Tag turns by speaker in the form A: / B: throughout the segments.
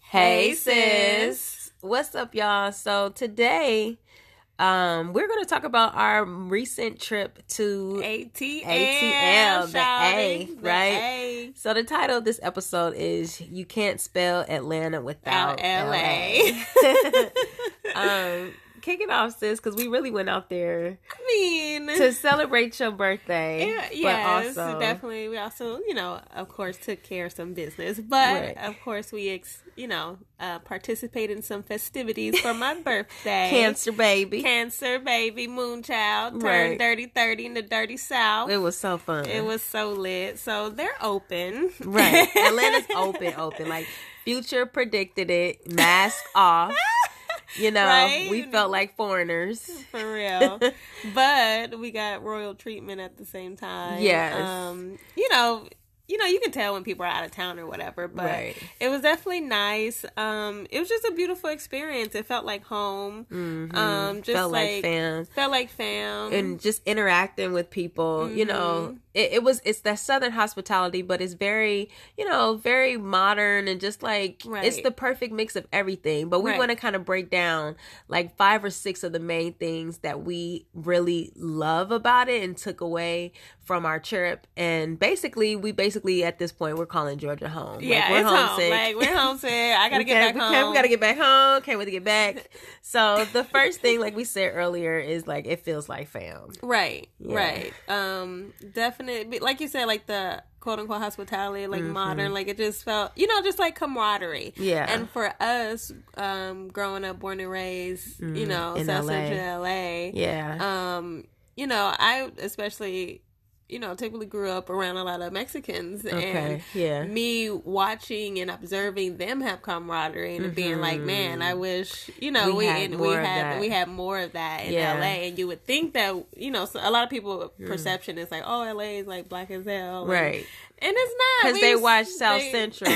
A: Hey, sis. What's up, y'all? So today, um, we're gonna talk about our recent trip to
B: ATL,
A: ATL, the A,
B: shawty, the
A: right?
B: A.
A: So the title of this episode is "You Can't Spell Atlanta Without
B: Out
A: LA."
B: LA.
A: um, kick it off, sis, because we really went out there
B: I mean,
A: to celebrate your birthday.
B: yeah,
A: but
B: yes,
A: also-
B: definitely. We also, you know, of course, took care of some business,
A: Right.
B: but of course, we, ex- you know, uh, participated in some festivities for my birthday.
A: Cancer baby,
B: Cancer baby, moonchild, turned
A: Right.
B: dirty thirty in the dirty south.
A: it was so fun.
B: It was so lit. So they're open.
A: Right. Atlanta's open, open. Like Future predicted it, mask off. You know,
B: Right?
A: we felt like foreigners.
B: For real. but we got royal treatment at the same time.
A: Yes.
B: Um, you know, you know, you can tell when people are out of town or whatever, but
A: Right.
B: it was definitely nice. Um, it was just a beautiful experience. It felt like home. Um,
A: Mm-hmm.
B: just
A: felt like,
B: like,
A: fam.
B: felt like fam.
A: And just interacting with people, you know,
B: Mm-hmm.
A: it, it was it's that southern hospitality, but it's very, you know, very modern and just like it's
B: Right.
A: the perfect mix of everything. But we
B: Right.
A: want to kind of break down like five or six of the main things that we really love about it and took away from our trip. And basically, we basically at this point we're calling Georgia home.
B: yeah,
A: like, we're
B: it's home.
A: homesick.
B: Like we're homesick. I gotta
A: We
B: get
A: can't-
B: back
A: we
B: home.
A: Can't, we gotta get back home. Can't wait to get back. So the first thing, like we said earlier, is like it feels like fam.
B: Right,
A: Yeah.
B: right. Um, definitely, like you said, like the quote unquote hospitality, like modern, like it just felt, you know, just like camaraderie.
A: Mm-hmm. Yeah.
B: And for us, um, growing up, born and raised, you
A: Mm,
B: know,
A: in
B: South
A: LA.
B: Central LA.
A: Yeah.
B: Um, you know, I especially, you know, typically grew up around a lot of Mexicans and
A: okay. Yeah.
B: me watching and observing them have camaraderie and being like, man, I wish you know
A: Mm-hmm. We
B: we
A: had
B: and we
A: more of
B: had
A: that."
B: we had more of that in
A: Yeah. Mm.
B: LA. And you would think that you know so a lot of people perception is like, oh, LA is like black as hell, and-
A: Right.
B: And it's not
A: Because
B: We
A: they
B: used-
A: watch South
B: they-
A: Central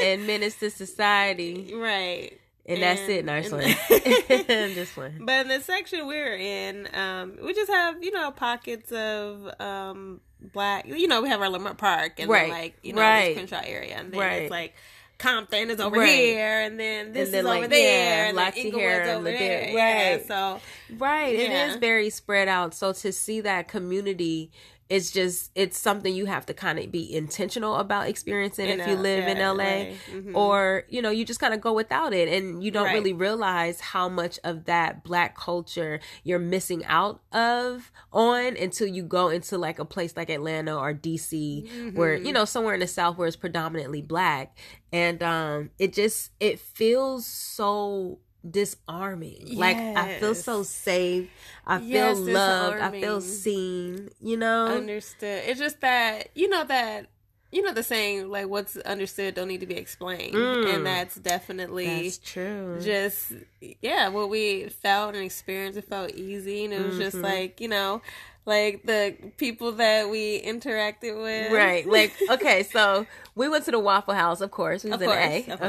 A: and Menace to Society,
B: right.
A: and that's it.
B: And-
A: Nice
B: and-
A: one. Just one.
B: But in the section we're in, um, we just have you know pockets of um, black. You know, we have our Lamar Park and
A: Right.
B: then, like you know
A: Right.
B: this Crenshaw area, and then
A: Right.
B: it's like Compton is over
A: Right.
B: here, and then this
A: And then,
B: is
A: like,
B: over there,
A: yeah,
B: and then
A: Lottie here
B: Inglewood's
A: and
B: over
A: Ladera.
B: there,
A: Right.
B: Yeah, so
A: Right. It
B: Yeah.
A: is very spread out. So to see that community it's just it's something you have to kind of be intentional about experiencing
B: In
A: if you
B: L-
A: live
B: yeah,
A: in LA
B: LA. Mhm.
A: or you know you just kind of go without it and you don't
B: Right.
A: really realize how much of that black culture you're missing out of on until you go into like a place like Atlanta or DC
B: Mm-hmm.
A: where you know somewhere in the south where it's predominantly black and um it just it feels so disarming like i feel
B: Yes.
A: so safe i feel
B: Yes,
A: loved i feel
B: disarming.
A: seen you know
B: understood. It's just that you know that you know the saying like what's understood don't need to be explained,
A: Mm.
B: and that's definitely
A: that's true
B: just yeah what we felt and experienced it felt easy and it was just
A: Mm-hmm.
B: like you know like the people that we interacted with
A: Right. Like, okay, so we went to the Waffle House, of course. We was
B: Of
A: in
B: course,
A: A.
B: of course.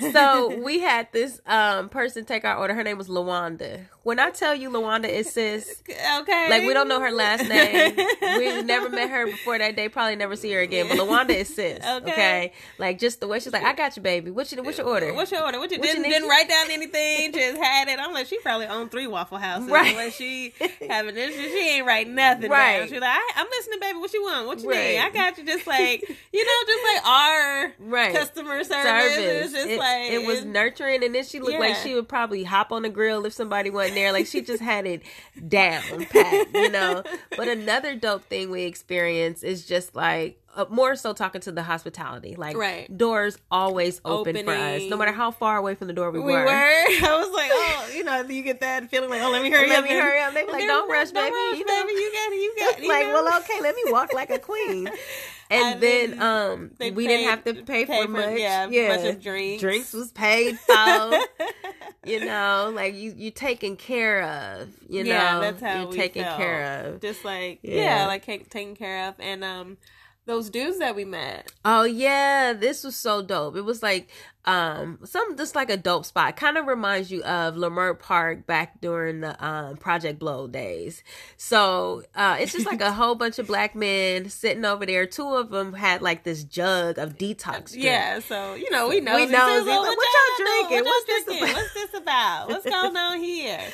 A: Okay. So we had this um person take our order. Her name was Lawanda. When I tell you Lawanda is sis,
B: okay
A: like we don't know her last name. we never met her before that day. Probably never see her again. But Lawanda is sis. Okay.
B: Okay.
A: Like just the way she's like, I got you, baby. What's your what's your order?
B: What's your order? What you
A: What you
B: didn't,
A: need?
B: didn't write down anything, just had it. I'm like, she probably owned three Waffle Houses.
A: Right.
B: Unless she having this, she ain't write nothing
A: Right.
B: down. She's like, I, I'm listening, baby. What you want? What you need?
A: Right.
B: I got you. Just like, you know, just like our
A: Right.
B: customer service.
A: Service.
B: It's just
A: it,
B: like
A: it was nurturing, and then she looked like
B: Yeah.
A: she would probably hop on the grill if somebody wasn't there. Like she just had it down pat, you know. But another dope thing we experience is just like uh, more so talking to the hospitality. Like
B: Right.
A: doors always open for us, no
B: Opening.
A: matter how far away from the door we,
B: We were. I was like, oh, you know, you get that feeling like, oh, let me hurry
A: Let
B: up.
A: me
B: and-
A: hurry up. They be like,
B: Let me
A: don't rush, baby.
B: rush,
A: You know?
B: baby. You got it. You got it. you
A: like,
B: know?
A: well, okay, let me walk like a queen. And
B: I
A: then
B: mean,
A: um we
B: they
A: didn't
B: paid-
A: have to pay, for, much.
B: yeah, bunch of drinks.
A: Drinks was paid for. you know, like you you taken care of. You
B: yeah,
A: know,
B: that's how
A: you're
B: we
A: taken
B: felt.
A: care of.
B: Just like
A: Yeah.
B: yeah, like take- taken care of, and um, those dudes that we met.
A: Oh yeah, this was so dope. It was like um some just like a dope spot. Kind of reminds you of Lamert Park back during the um Project Blow days. So uh it's just like a whole bunch of black men sitting over there. Two of them had like this jug of detox. Drink.
B: Uh, Yeah, so you know we know.
A: We
B: this.
A: know.
B: It's
A: It's like,
B: all-
A: what y'all drinking?
B: What "Oh, y'all
A: What's this
B: drinking?
A: about?
B: What's this about? What's going on here?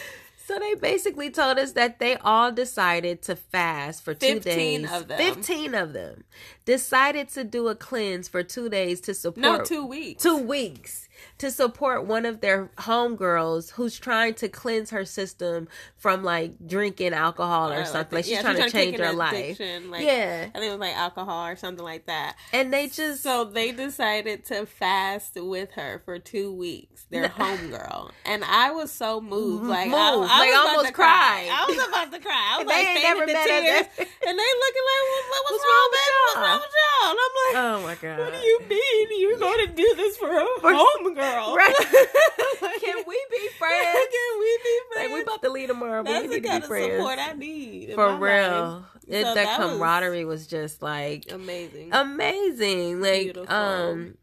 A: So they basically told us that they all decided to fast for two
B: 15
A: days.
B: of them.
A: Fifteen of them decided to do a cleanse for two days to support
B: No, two weeks.
A: two weeks to support one of their homegirls who's trying to cleanse her system from like drinking alcohol or
B: Or
A: something. Like she's
B: Oh, yeah,
A: trying to
B: kick
A: change
B: an
A: her life.
B: addiction, Like,
A: yeah.
B: I think it was like alcohol or something like that.
A: And they just
B: So they decided to fast with her for two weeks. Their homegirl, and I was so moved, like I, I
A: Moved,
B: was
A: like,
B: about
A: almost
B: to cry.
A: cried.
B: I was about to cry. I was
A: They
B: like,
A: ain't
B: they never
A: never
B: the
A: met us.
B: tears, and they looking like, what, what- what's,
A: What's wrong
B: wrong, with
A: with
B: y'all? Uh. What's
A: y'all?
B: wrong with y'all? And I'm like,
A: Oh my god.
B: what do you mean? You're going to do this for a homegirl?
A: Right. Can we be friends?
B: Can we be
A: Like
B: friends?
A: we about to leave tomorrow, but we
B: That's the
A: need to be
B: kind of
A: friends.
B: support I need in
A: For
B: my life.
A: real. It, the
B: So that was-
A: camaraderie was just like
B: Amazing.
A: amazing like
B: Beautiful.
A: um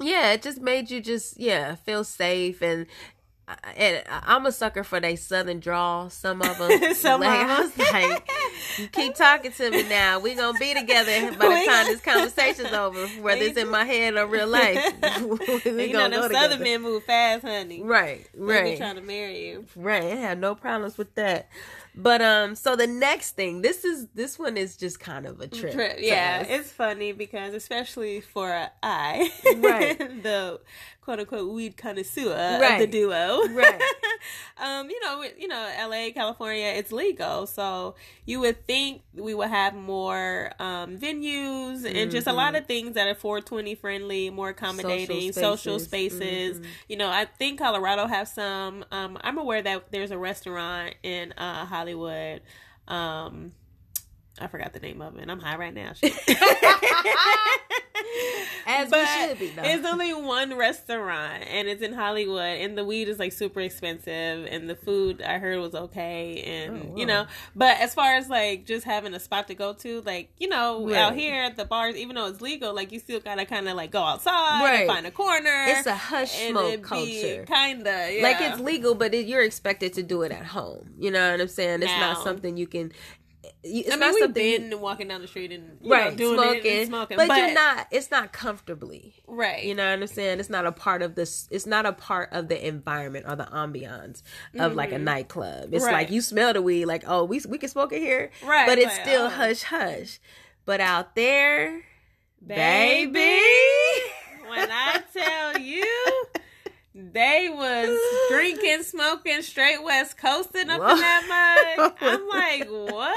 A: yeah it just made you just yeah feel safe and and I'm a sucker for they southern drawl. Some of them,
B: Some
A: like,
B: of
A: I was like, "You keep talking to me now. We gonna be together by
B: We
A: the time
B: gonna-
A: this conversation's over, whether it's in my head or real life.
B: And
A: we
B: you
A: gonna
B: know them
A: go
B: southern
A: together,
B: men move fast, honey.
A: right?
B: They be
A: Right.
B: trying to marry you.
A: Right, I had no problems with that. But um, so the next thing, this is this one is just kind of a trip.
B: Trip.
A: to
B: Yeah,
A: us.
B: it's funny because especially for I,
A: Right.
B: the quote unquote weed connoisseur of the
A: Right.
B: duo,
A: Right.
B: um, you know, we- you know, L.A., California, it's legal, so you would think we would have more um, venues and just a lot of things that are 420 friendly, more accommodating, social
A: Mm-hmm. Social
B: spaces.
A: spaces. Mm-hmm.
B: You know, I think Colorado has some. Um, I'm aware that there's a restaurant in uh, Hollywood. Um, I forgot the name of it. and I'm high right now.
A: as we
B: but
A: should be. Though.
B: it's only one restaurant, and it's in Hollywood, and the weed is like super expensive, and the food I heard was okay, and
A: Oh,
B: you
A: wow.
B: know. But as far as like just having a spot to go to, like you know, out
A: Right.
B: here at the bars, even though it's legal, like you still gotta kind of like go outside,
A: Right.
B: and find a corner.
A: It's a hush smoke culture.
B: kinda yeah.
A: Like it's legal, but it, you're expected to do it at home. You know what I'm saying? It's
B: Now.
A: not something you can. It's
B: I mean,
A: not
B: we've
A: something you-
B: been walking down the street and you
A: right
B: know, doing
A: smoking,
B: it and smoking,
A: but, you're not. It's not comfortably.
B: right.
A: You know what I'm saying? It's not a part of this. It's not a part of the environment or the ambiance of like a nightclub. It's
B: Mm-hmm. Right.
A: like you smell the weed, like oh, we we can smoke it here,
B: Right,
A: But it's
B: like,
A: still
B: oh.
A: hush hush. But out there,
B: Baby.
A: baby,
B: when I tell you they was drinking, smoking, straight West Coasting up
A: Whoa.
B: in that mug. I'm like, what?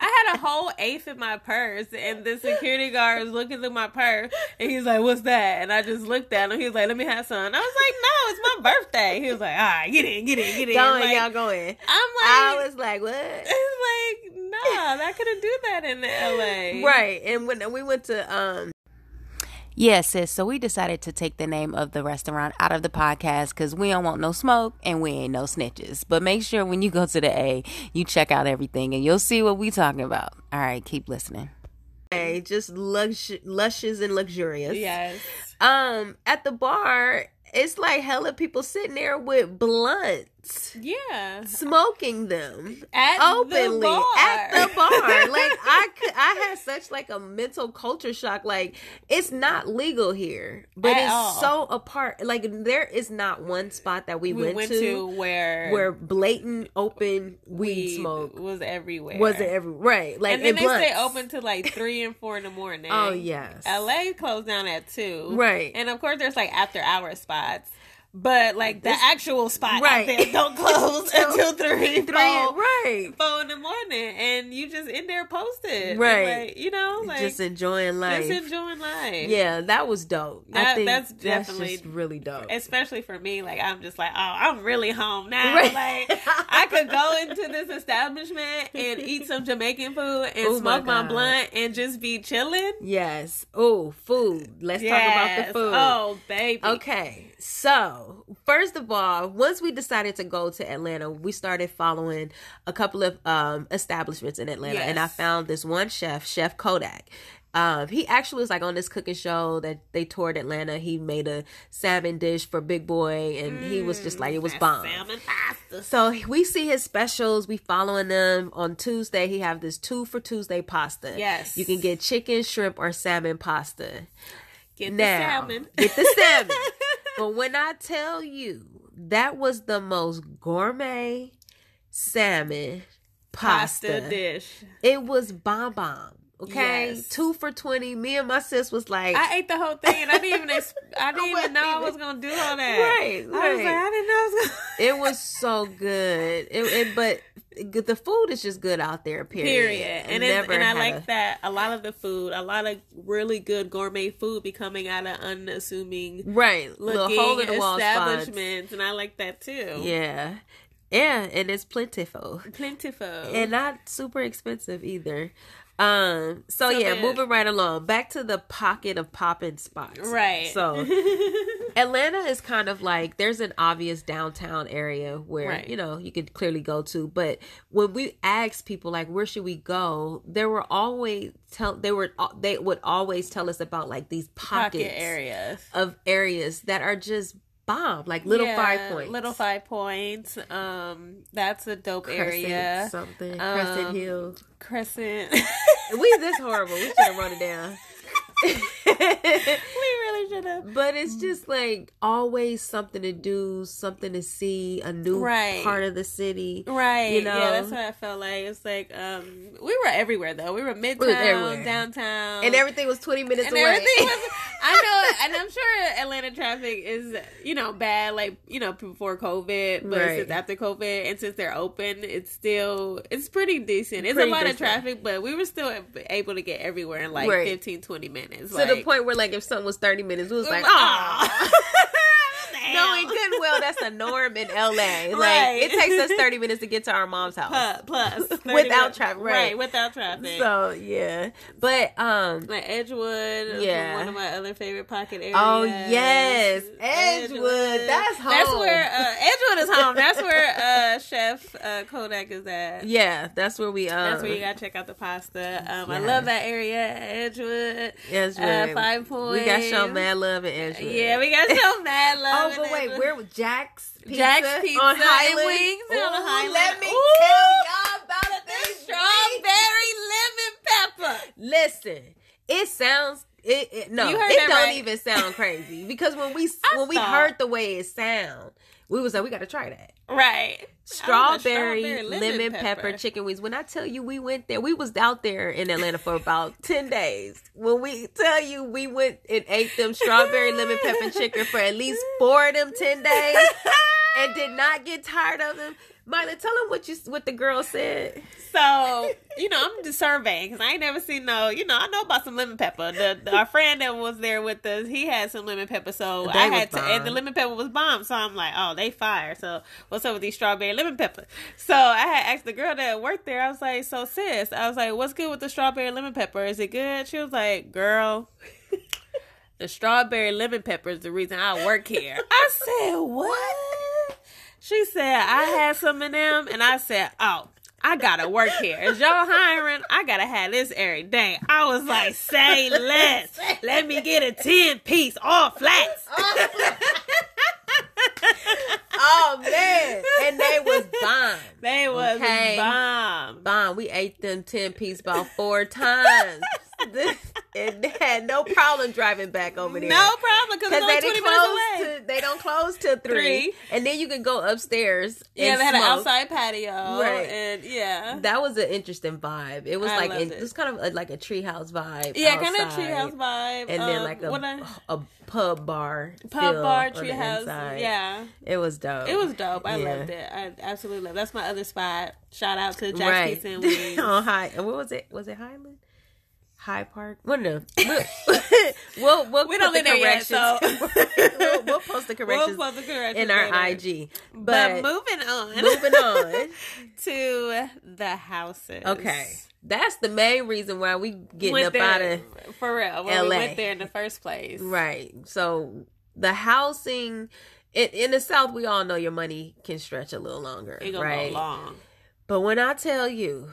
B: I had a whole eighth in my purse, and the security guard was looking through my purse, and he's like, "What's that?" And I just looked at him. He was like, "Let me have some." And I was like, "No, it's my birthday." He was like, "All right, get in, get in, get in."
A: going,
B: Like,
A: y'all going.
B: I'm
A: I
B: like,
A: was like, what?
B: it's like, nah, I couldn't do that in L.A.
A: Right. And when we went to um yeah, sis. So we decided to take the name of the restaurant out of the podcast because we don't want no smoke and we ain't no snitches. But make sure when you go to the A, you check out everything and you'll see what we talking about. All right, keep listening. Hey, just lush, luscious and luxurious.
B: Yes.
A: Um, at the bar, it's like hella people sitting there with blunts,
B: Yeah.
A: smoking them
B: At
A: openly
B: the bar.
A: at the bar. like I could, I had such like a mental culture shock. Like it's not legal here, but
B: At
A: it's
B: all.
A: so apart. Like there is not one spot that we,
B: we went, to, where
A: where blatant open weed,
B: weed
A: smoke
B: was everywhere.
A: wasn't every right. Like
B: and then
A: it
B: they stay
A: blunts.
B: open to like three and four in the morning.
A: Oh yes,
B: LA closed down at two.
A: Right.
B: And of course there's like after hour spots. But like the
A: This-
B: actual spot out
A: Right.
B: there don't close
A: Till-
B: until three,
A: Three,
B: four,
A: right.
B: four in the morning. And you just in there posted.
A: Right.
B: Like, you know, like
A: just
B: just,
A: enjoying life.
B: enjoying life.
A: yeah, that was dope.
B: That-
A: I think
B: that's
A: that's,
B: definitely-
A: just really dope.
B: especially for me, like I'm just like, oh, I'm really home now.
A: Right.
B: Like I could go into this establishment and eat some Jamaican food and
A: Oh my
B: smoke my,
A: God.
B: blunt and just be chilling.
A: Yes. Oh, food. Let's talk about the food.
B: Oh, baby.
A: Okay, so first of all, once we decided to go to Atlanta, we started following a couple of um, establishments in Atlanta, and I
B: Yes.
A: found this one chef, Chef Kodak, Um, he actually was like on this cooking show that they toured Atlanta. He made a salmon dish for Big Boy, and he was just like it was
B: Mm, That
A: bomb.
B: Salmon pasta.
A: So we see his specials. We following them on Tuesday. He have this two for Tuesday pasta.
B: Yes.
A: you can get chicken, shrimp, or salmon pasta.
B: Get
A: now,
B: the salmon.
A: Get the salmon. but when I tell you that was the most gourmet salmon pasta,
B: pasta dish.
A: it was bomb bomb. Okay,
B: Yes.
A: two for twenty. Me and my sis was like,
B: I ate the whole thing and I didn't even ex- I didn't even
A: wasn't
B: know I
A: even-
B: was gonna do all that.
A: right,
B: I was
A: right.
B: like, I didn't know I was gonna
A: it was so good. It, it but it- the food is just good out there. Period.
B: Period. And, it's,
A: never
B: and I
A: had
B: like
A: a-
B: that a lot of the food, a lot of really good gourmet food be coming out of unassuming
A: Right, little
B: looking
A: hole in the wall spots.
B: establishments, and I like that too.
A: Yeah, yeah, and it's plentiful
B: Plentiful.
A: and not super expensive either. Um, so,
B: So
A: yeah,
B: then-
A: moving right along back to the pocket of poppin' spots.
B: right.
A: So Atlanta is kind of like there's an obvious downtown area where
B: Right.
A: you know you could clearly go to, but when we asked people like where should we go, there were always tell they were they would always tell us about like these pockets
B: pocket areas.
A: of areas that are just bomb, like little
B: Yeah,
A: five points,
B: Little five points. Um that's a dope
A: Crescent
B: area.
A: something,
B: Um,
A: Crescent Hill.
B: Crescent.
A: We this horrible. We should have run it down.
B: we really should have
A: But it's just like always something to do, something to see, a new
B: Right.
A: part of the city.
B: Right.
A: You
B: Yeah, that's
A: know?
B: what I felt like. It's like um we were everywhere though. We were midtown,
A: everywhere.
B: downtown.
A: And everything was 20 minutes
B: and
A: away.
B: everything was I know and I'm sure Atlanta traffic is, you know, bad like, you know, before COVID, but
A: Right.
B: since after COVID and since they're open, it's still it's pretty decent. It's
A: Pretty
B: a lot
A: decent.
B: of traffic, but we were still able to get everywhere in like
A: Right.
B: fifteen twenty 15, 20 minutes.
A: to the point where, like, if something was 30 minutes, we was like, oh.
B: oh.
A: Knowing good and well that's a norm in LA. Like,
B: Right.
A: it takes us 30 minutes to get to our mom's house.
B: plus, plus 30
A: Without
B: minutes.
A: traffic, right.
B: right. without traffic.
A: So, yeah. But, um,
B: Like
A: Yeah.
B: Edgewood, yeah, one of my other favorite pocket areas.
A: Oh, yes. Edgewood. That's
B: That's
A: home.
B: where uh, Edgewood is home. That's where uh, Chef uh, Kodak is at.
A: yeah, that's where we, um,
B: That's where you gotta check out the pasta. Um, I
A: Yes.
B: love that area, Edgewood.
A: Yes,
B: Uh,
A: right.
B: Five Points.
A: We got shown mad love and Ezra.
B: Yeah, we got show mad love.
A: Oh, but
B: in
A: wait,
B: Edgewood.
A: where was Jack's Pizza?
B: Jack's Pizza
A: on
B: and
A: Highland?
B: wings on
A: Ooh,
B: Highland.
A: Let me
B: Ooh.
A: tell y'all about
B: the
A: this
B: strawberry lemon pepper?
A: Listen, it sounds it, it no,
B: You heard
A: it
B: that
A: don't
B: right.
A: even sound crazy because when we
B: I
A: when we
B: thought-
A: heard the way it sound, we was like we got to try that.
B: Right.
A: Strawberry, lemon, pepper, chicken wings. When I tell you we went there, we was out there in Atlanta for about 10 days. When we tell you we went and ate them strawberry, lemon pepper, chicken for at least four of them 10 days and did not get tired of them. Myla, tell them what you what the girl said.
B: So, you know, I'm just surveying because I ain't never seen no, you know, I know about some lemon pepper. The, the- our friend that was there with us, he had some lemon pepper. So
A: They
B: I
A: was
B: had to, and the
A: bomb.
B: lemon pepper was bomb. So I'm like, oh, they fire. So what's up with these strawberry lemon peppers? So I had asked the girl that worked there, I was like, so sis, I was like, what's good with the strawberry lemon pepper? Is it good? She was like, girl. The strawberry lemon pepper is the reason I work here. I said, What? She said, I had some of them, and I said, Oh, I gotta work here. Is y'all hiring? I gotta have this every day. I was like, Say less. Let me get a 10 piece, all flats.
A: Oh man. And they was bomb.
B: They was
A: Okay.
B: bomb.
A: Bomb. We ate them 10 piece about four times. This, and they had no problem driving back over there.
B: No problem, because
A: Because they
B: it's only 20
A: didn't
B: minutes
A: close
B: away.
A: to they don't close till three,
B: Three.
A: and then you could go upstairs.
B: yeah,
A: and
B: they had an
A: smoke.
B: outside patio.
A: Right.
B: And yeah.
A: That was an interesting vibe. It was
B: I
A: like
B: loved
A: it,
B: it.
A: was kind of a, like a treehouse vibe.
B: yeah, kind of
A: outside,
B: treehouse vibe.
A: and then
B: Um,
A: like a,
B: what I-
A: a pub bar,
B: pub
A: feel
B: bar,
A: on the
B: treehouse.
A: inside.
B: Yeah.
A: it was dope.
B: It was dope. I
A: Yeah.
B: loved it. I absolutely loved. it. That's my other spot. Shout out to Jack's
A: right
B: Pizza and Wings.
A: on high. and What was it? Was it Highland? High Park? Well, no. We'll- we'll we'll
B: We
A: put
B: don't
A: the
B: live there yet,
A: corrections.
B: so-
A: we'll, we'll post the
B: We'll
A: corrections
B: post the corrections
A: in our
B: later.
A: IG.
B: But,
A: But,
B: moving on.
A: moving on.
B: to the houses.
A: Okay. That's the main reason why we getting
B: Went
A: up
B: there-
A: out of
B: for real. When
A: LA.
B: we went there in the first place.
A: right. So the housing in, in the South, we all know your money can stretch a little longer,
B: It gonna
A: right?
B: go long.
A: But when I tell you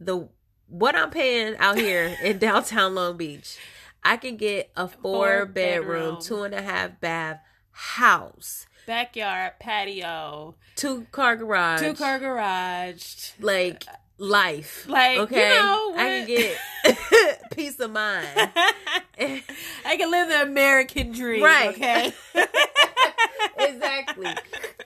A: the what I'm paying out here in downtown Long Beach, I can get a four,
B: Four
A: bedroom,
B: bedroom.
A: two and a half bath house,
B: Backyard, patio,
A: two car garage,
B: two car garage.
A: like life.
B: Like, you
A: okay,
B: know
A: I can
B: what?
A: get peace of mind.
B: I can live the American dream.
A: Right.
B: Okay.
A: exactly.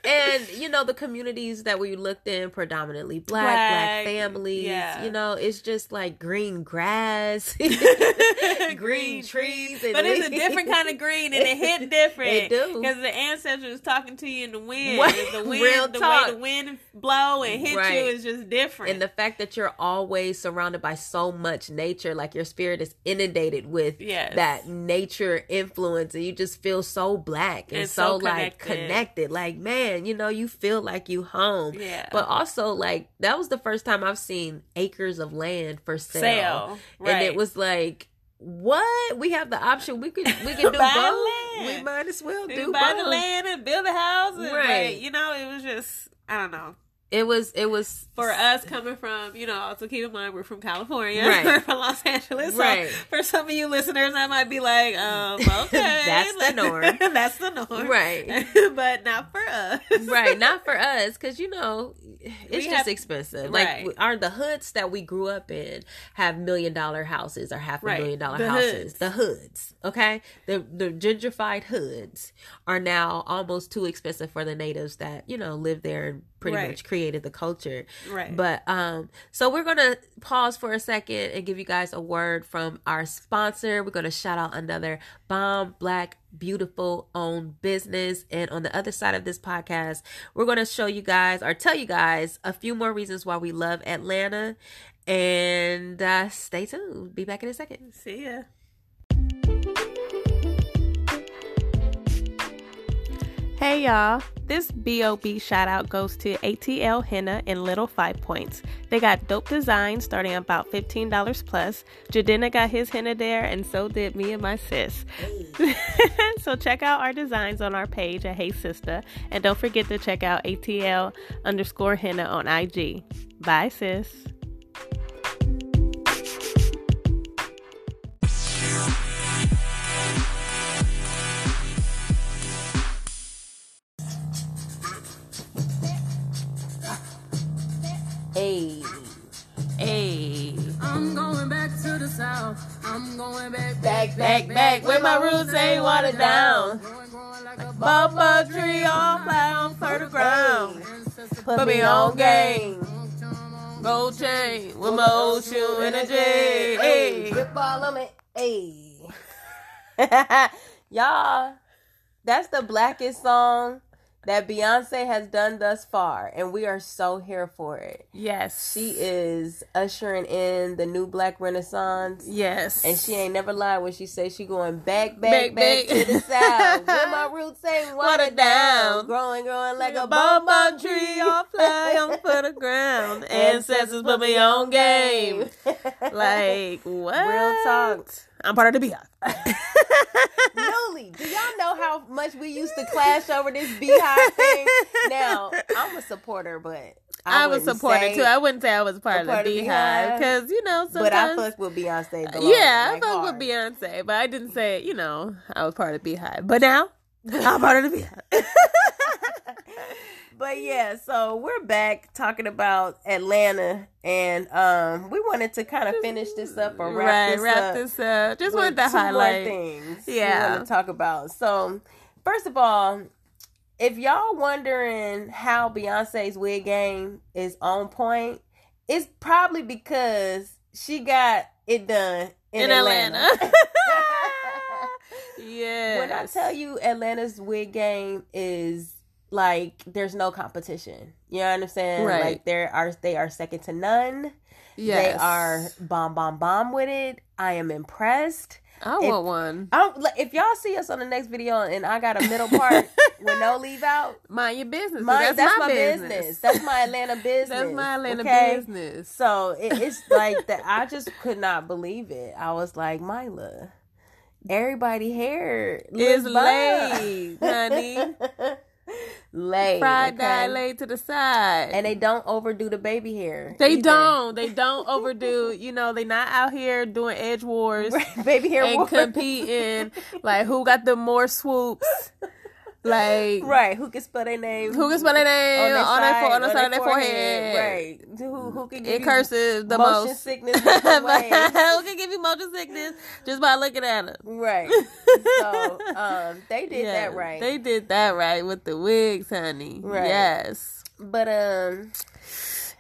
A: And you know the communities that we looked in predominantly black, black,
B: Black,
A: families.
B: yeah.
A: You know, it's just like green grass, green trees, and
B: But it's
A: leaves.
B: a different kind of green, and it hit different.
A: It do.
B: because the ancestors talking to you in the wind.
A: What?
B: The wind,
A: Real
B: the
A: talk.
B: way the wind blow and hit
A: Right.
B: you is just different.
A: And the fact that you're always surrounded by so much nature, like your spirit is inundated with
B: Yes.
A: that nature influence, and you just feel so black and,
B: And
A: so,
B: so
A: like
B: connected.
A: connected. Like, man, you know, you feel like you home.
B: yeah,
A: But also, like, that was the first time I've seen acres of land for sale.
B: sale, right?
A: And it was like, what? We have the option. We could we can do
B: Buy
A: both.
B: land.
A: We might as well
B: You
A: do
B: buy
A: both.
B: the land and build a house, and,
A: Right.
B: right? you know, it was just I don't know.
A: It was it was
B: for us coming from, you know, also keep in mind we're from California,
A: Right.
B: we're from Los Angeles.
A: Right.
B: So for some of you listeners, I might be like, um, okay,
A: That's the norm.
B: that's the norm,
A: Right.
B: but not for us,
A: right not for us because you know it's
B: We
A: just
B: have-
A: expensive like
B: Right.
A: we- are the hoods that we grew up in have million dollar houses or half a
B: Right.
A: million dollar
B: The
A: houses
B: hoods.
A: the hoods okay the the gentrified hoods are now almost too expensive for the natives that you know live there and pretty
B: Right.
A: much created the culture
B: Right.
A: but um so we're gonna pause for a second and give you guys a word from our sponsor we're gonna shout out another bomb black beautiful owned business and on the other side of this podcast we're gonna show you guys or tell you guys a few more reasons why we love atlanta and uh, stay tuned be back in a second
B: See ya. Hey y'all, this BOB shout out goes to ATL Henna and Little Five Points. They got dope designs starting about $15 plus. Jadena got his henna there, and so did me and my sis. so check out our designs on our page at Hey Sister, and don't forget to check out ATL underscore henna on IG. Bye, sis.
A: hey
B: Hey.
C: I'm going back to the south. I'm going back,
A: back back back where my roots ain't watered down
C: Going, going like a
A: bumper tree all down for the ground put me on game
B: Gold chain
A: with my old shoe in a day. Hey, football on it. Hey, y'all, that's the blackest song that Beyonce has done thus far, and we are so here for it.
B: Yes.
A: She is ushering in the new black renaissance.
B: Yes.
A: And she ain't never lied when she say she going back, back,
B: Back,
A: back,
B: back.
A: to the south. Where my roots ain't watered
B: Watered down.
A: down, growing, growing like a
B: bumper
A: bomb
B: tree, I'll fly on for the ground. Ancestors put me on game. Like what?
A: Real talk.
B: I'm part of the beehive.
A: Newly, do y'all know how much we used to clash over this beehive thing? Now, I'm a supporter, but I,
B: I, was
A: wouldn't
B: supported
A: say-
B: too. I wouldn't say I was part,
A: part
B: of the beehive because you know sometimes.
A: But I fuck with Beyonce. Galore,
B: yeah,
A: like,
B: I fuck
A: hard.
B: with Beyonce, but I didn't say you know I was part of the beehive. But now I'm part of the beehive.
A: But yeah, so we're back talking about Atlanta, and um, we wanted to kind of finish this up or wrap
B: right,
A: this
B: wrap
A: up.
B: this up.
A: with
B: Just wanted to
A: two more
B: highlight.
A: things we
B: Yeah.
A: want to talk about. So, first of all, if y'all wondering how Beyonce's wig game is on point, it's probably because she got it done in,
B: In
A: Atlanta.
B: Atlanta. Yes.
A: when I tell you Atlanta's wig game is like there's no competition. You know what I'm saying?
B: Right.
A: Like there are they are second to none.
B: Yes.
A: They are bomb bomb bomb with it. I am impressed.
B: I
A: if-
B: want one.
A: I don't, like, if y'all see us on the next video and I got a middle part with no leave out,
B: Mind your business. 'cause
A: my,
B: that's, my, business.
A: That's my Atlanta business.
B: That's my Atlanta
A: okay?
B: business.
A: So it, it's like that. I just could not believe it. I was like, Mila, everybody hair
B: It's
A: looks bomb.
B: laid, honey.
A: laid.
B: Fried
A: okay?
B: that laid to the side.
A: And they don't overdo the baby hair.
B: They
A: either.
B: don't. They don't overdo. You know, they not out here doing edge wars
A: baby hair
B: and
A: wore-
B: competing. Like who got the more swoops? Like
A: Right. Who can spell their name?
B: who can spell their name
A: their
B: on their fo-
A: side,
B: on the side of their forehead?
A: Right. Who, who can give
B: It
A: you
B: curses the
A: motion
B: most.
A: sickness?
B: who
A: both ways?
B: can give you motion sickness just by looking at them?
A: right. So um, they did that right.
B: They did that right with the wigs, honey.
A: Right.
B: Yes.
A: but um,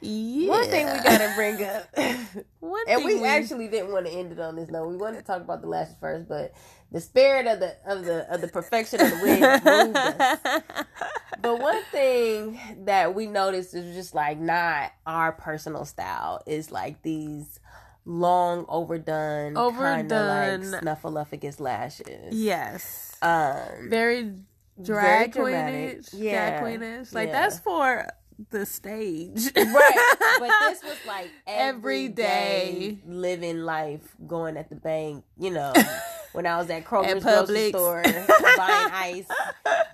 B: Yeah.
A: one thing we gotta bring up.
B: One
A: and
B: thing
A: we actually didn't want to end it on this note. We wanted to talk about the lashes first, but the spirit of the of the of the perfection of the wig moved us. But one thing that we noticed is just like not our personal style is like these long overdone,
B: Overdone.
A: kinda like snuffleupagus lashes.
B: Yes.
A: Um,
B: very
A: Very
B: drag
A: dramatic.
B: queenish.
A: Yeah.
B: Drag queenish. Like
A: Yeah.
B: that's for the stage.
A: right, but this was like
B: Every
A: everyday
B: day.
A: living life, going at the bank. You know, when I was at
B: At
A: Kroger's grocery
B: Publix.
A: store buying ice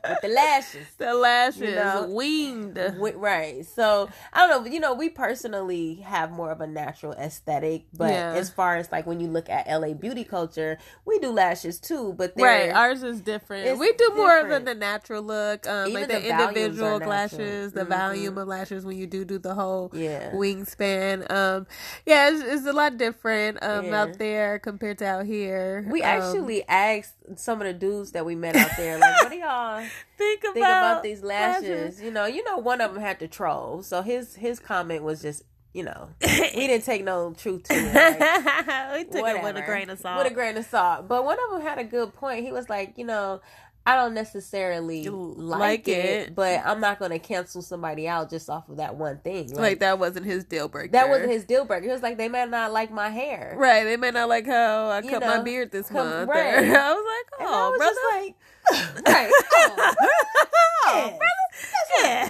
A: with the lashes.
B: the lashes
A: You know.
B: winged.
A: Wi- right. So I don't know. You know, we personally have more of a natural aesthetic, but
B: Yeah.
A: as far as like when you look at LA beauty culture, we do lashes too. But they're
B: Right, ours is different.
A: It's
B: We do more of
A: different.
B: the natural look, um,
A: Even
B: like
A: the
B: the,
A: volumes are
B: individual
A: natural.
B: lashes, the
A: Mhm.
B: volume of lashes when you do do the whole
A: yeah,
B: wingspan. Um, yeah, it's, it's a lot different um
A: Yeah.
B: out there compared to out here.
A: we
B: Um,
A: actually asked some of the dudes that we met out there, like, what do y'all
B: think about,
A: think about these lashes? You know, you know, one of them had to troll. So his his comment was just, you know, we didn't take no truth to it. Like,
B: we took it with a
A: whatever.
B: grain of salt.
A: With a grain of salt. But one of them had a good point. He was like, you know, I don't necessarily
B: You
A: like,
B: like
A: it,
B: it.
A: but I'm not going to cancel somebody out just off of that one thing.
B: like, that wasn't his deal breaker.
A: that wasn't his deal breaker. He was like, they might not like my hair.
B: Right, they may not like how I
A: You
B: cut
A: know,
B: my beard this
A: come-
B: month.
A: right.
B: Or, I was like,
A: And
B: oh,
A: I was
B: brother.
A: just like, right, oh,
B: oh,
A: yes.
B: brother. Yeah,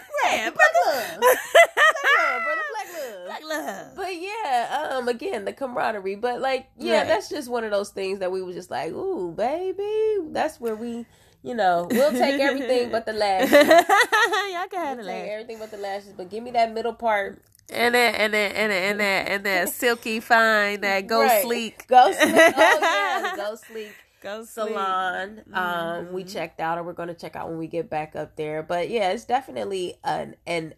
A: right, black love, black love, brother, black love.
B: Black love.
A: But yeah, um, again, the camaraderie. But like, yeah,
B: Right.
A: that's just one of those things that we were just like, ooh, baby, that's where we, you know, we'll take everything but the lashes.
B: Y'all can
A: We'll
B: have it.
A: take
B: laugh.
A: everything but the lashes, but give me that middle part.
B: And that, and that, and that, and that, and that silky fine, that go
A: Right.
B: sleek,
A: Go sleek. Oh yeah, the go sleek
B: go sleek.
A: salon. Um, we
B: Mhm.
A: checked out, and we're gonna check out when we get back up there. But yeah, it's definitely an an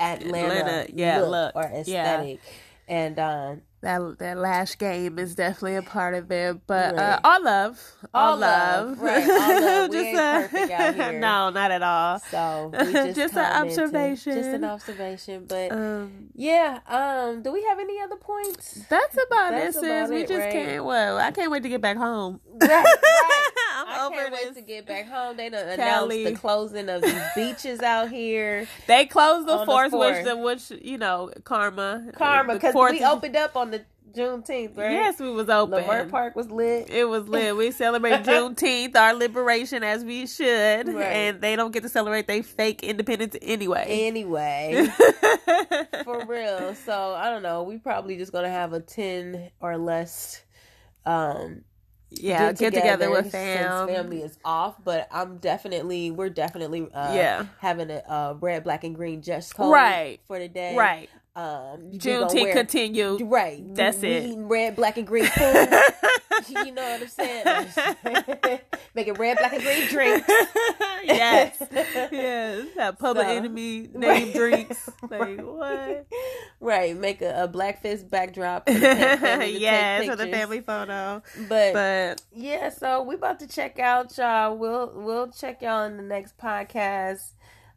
A: Atlanta,
B: Atlanta, yeah,
A: look,
B: look,
A: or
B: yeah.
A: aesthetic. And um,
B: That that lash game is definitely a part of it, but
A: Right.
B: uh, all love, all,
A: All love,
B: love,
A: right, all love. We ain't
B: uh,
A: perfect out here.
B: No, not at all.
A: so we just,
B: Just an
A: commented. just
B: observation.
A: an observation. But
B: Um,
A: Yeah. Um. Do we have any other points?
B: that's about
A: That's
B: it,
A: about
B: sis. We
A: it,
B: just
A: right?
B: can't. Well, I can't wait to get back home.
A: Right. right.
B: I'm
A: I
B: over
A: can't wait
B: this.
A: to get back home. They done announced
B: Cali.
A: the closing of these beaches out here.
B: They closed
A: On
B: the
A: the
B: fourth,
A: fourth.
B: which the which you know karma,
A: Karma,
B: The
A: because
B: fourth
A: we
B: is-
A: opened up on the Juneteenth, right?
B: Yes, we was open.
A: Laverne Park was lit.
B: It was lit. We celebrate Juneteenth, our liberation, as we should,
A: Right.
B: and they don't get to celebrate they fake independence anyway.
A: Anyway, for real. So I don't know. We probably just gonna have a ten or less. Um,
B: yeah, get together, with fam.
A: Since family is off, but I'm definitely we're definitely uh,
B: Yeah.
A: having a uh, red, black, and green dress code
B: Right.
A: for the day.
B: Right,
A: Um, we gonna
B: Juneteenth
A: wear-
B: continue.
A: Right.
B: That's
A: we
B: it.
A: eating Red, black, and green food. you know what I'm saying? Making red, black, and green drinks.
B: yes, yes. That public
A: So-
B: enemy
A: Right.
B: name drinks. Like
A: Right.
B: what?
A: Right. Make a, a black fist backdrop. For the fam- family to
B: yes,
A: take
B: for the
A: pictures.
B: family photo.
A: But,
B: But
A: yeah, so we about to check out y'all. We'll we'll check y'all in the next podcast.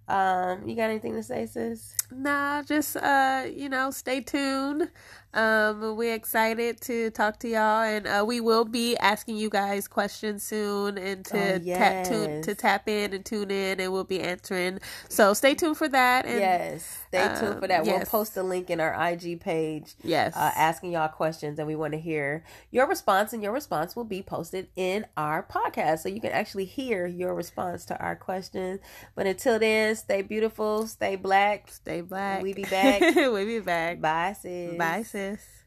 A: Um, you got anything to say, sis?
B: Nah, just uh, you know, stay tuned. Um, we're excited to talk to y'all, and uh, we will be asking you guys questions soon, and to
A: Oh,
B: tap tune to
A: yes.
B: tap in and tune in, and we'll be answering. So stay tuned for that. And
A: yes. Stay tuned for
B: um,
A: that. We'll
B: yes.
A: post a link in our IG page
B: yes,
A: uh, asking y'all questions, and we want to hear your response. And your response will be posted in our podcast, so you can actually hear your response to our questions. But until then, stay beautiful, stay black.
B: stay black.
A: We be back.
B: we be back.
A: Bye, sis.
B: Bye, sis.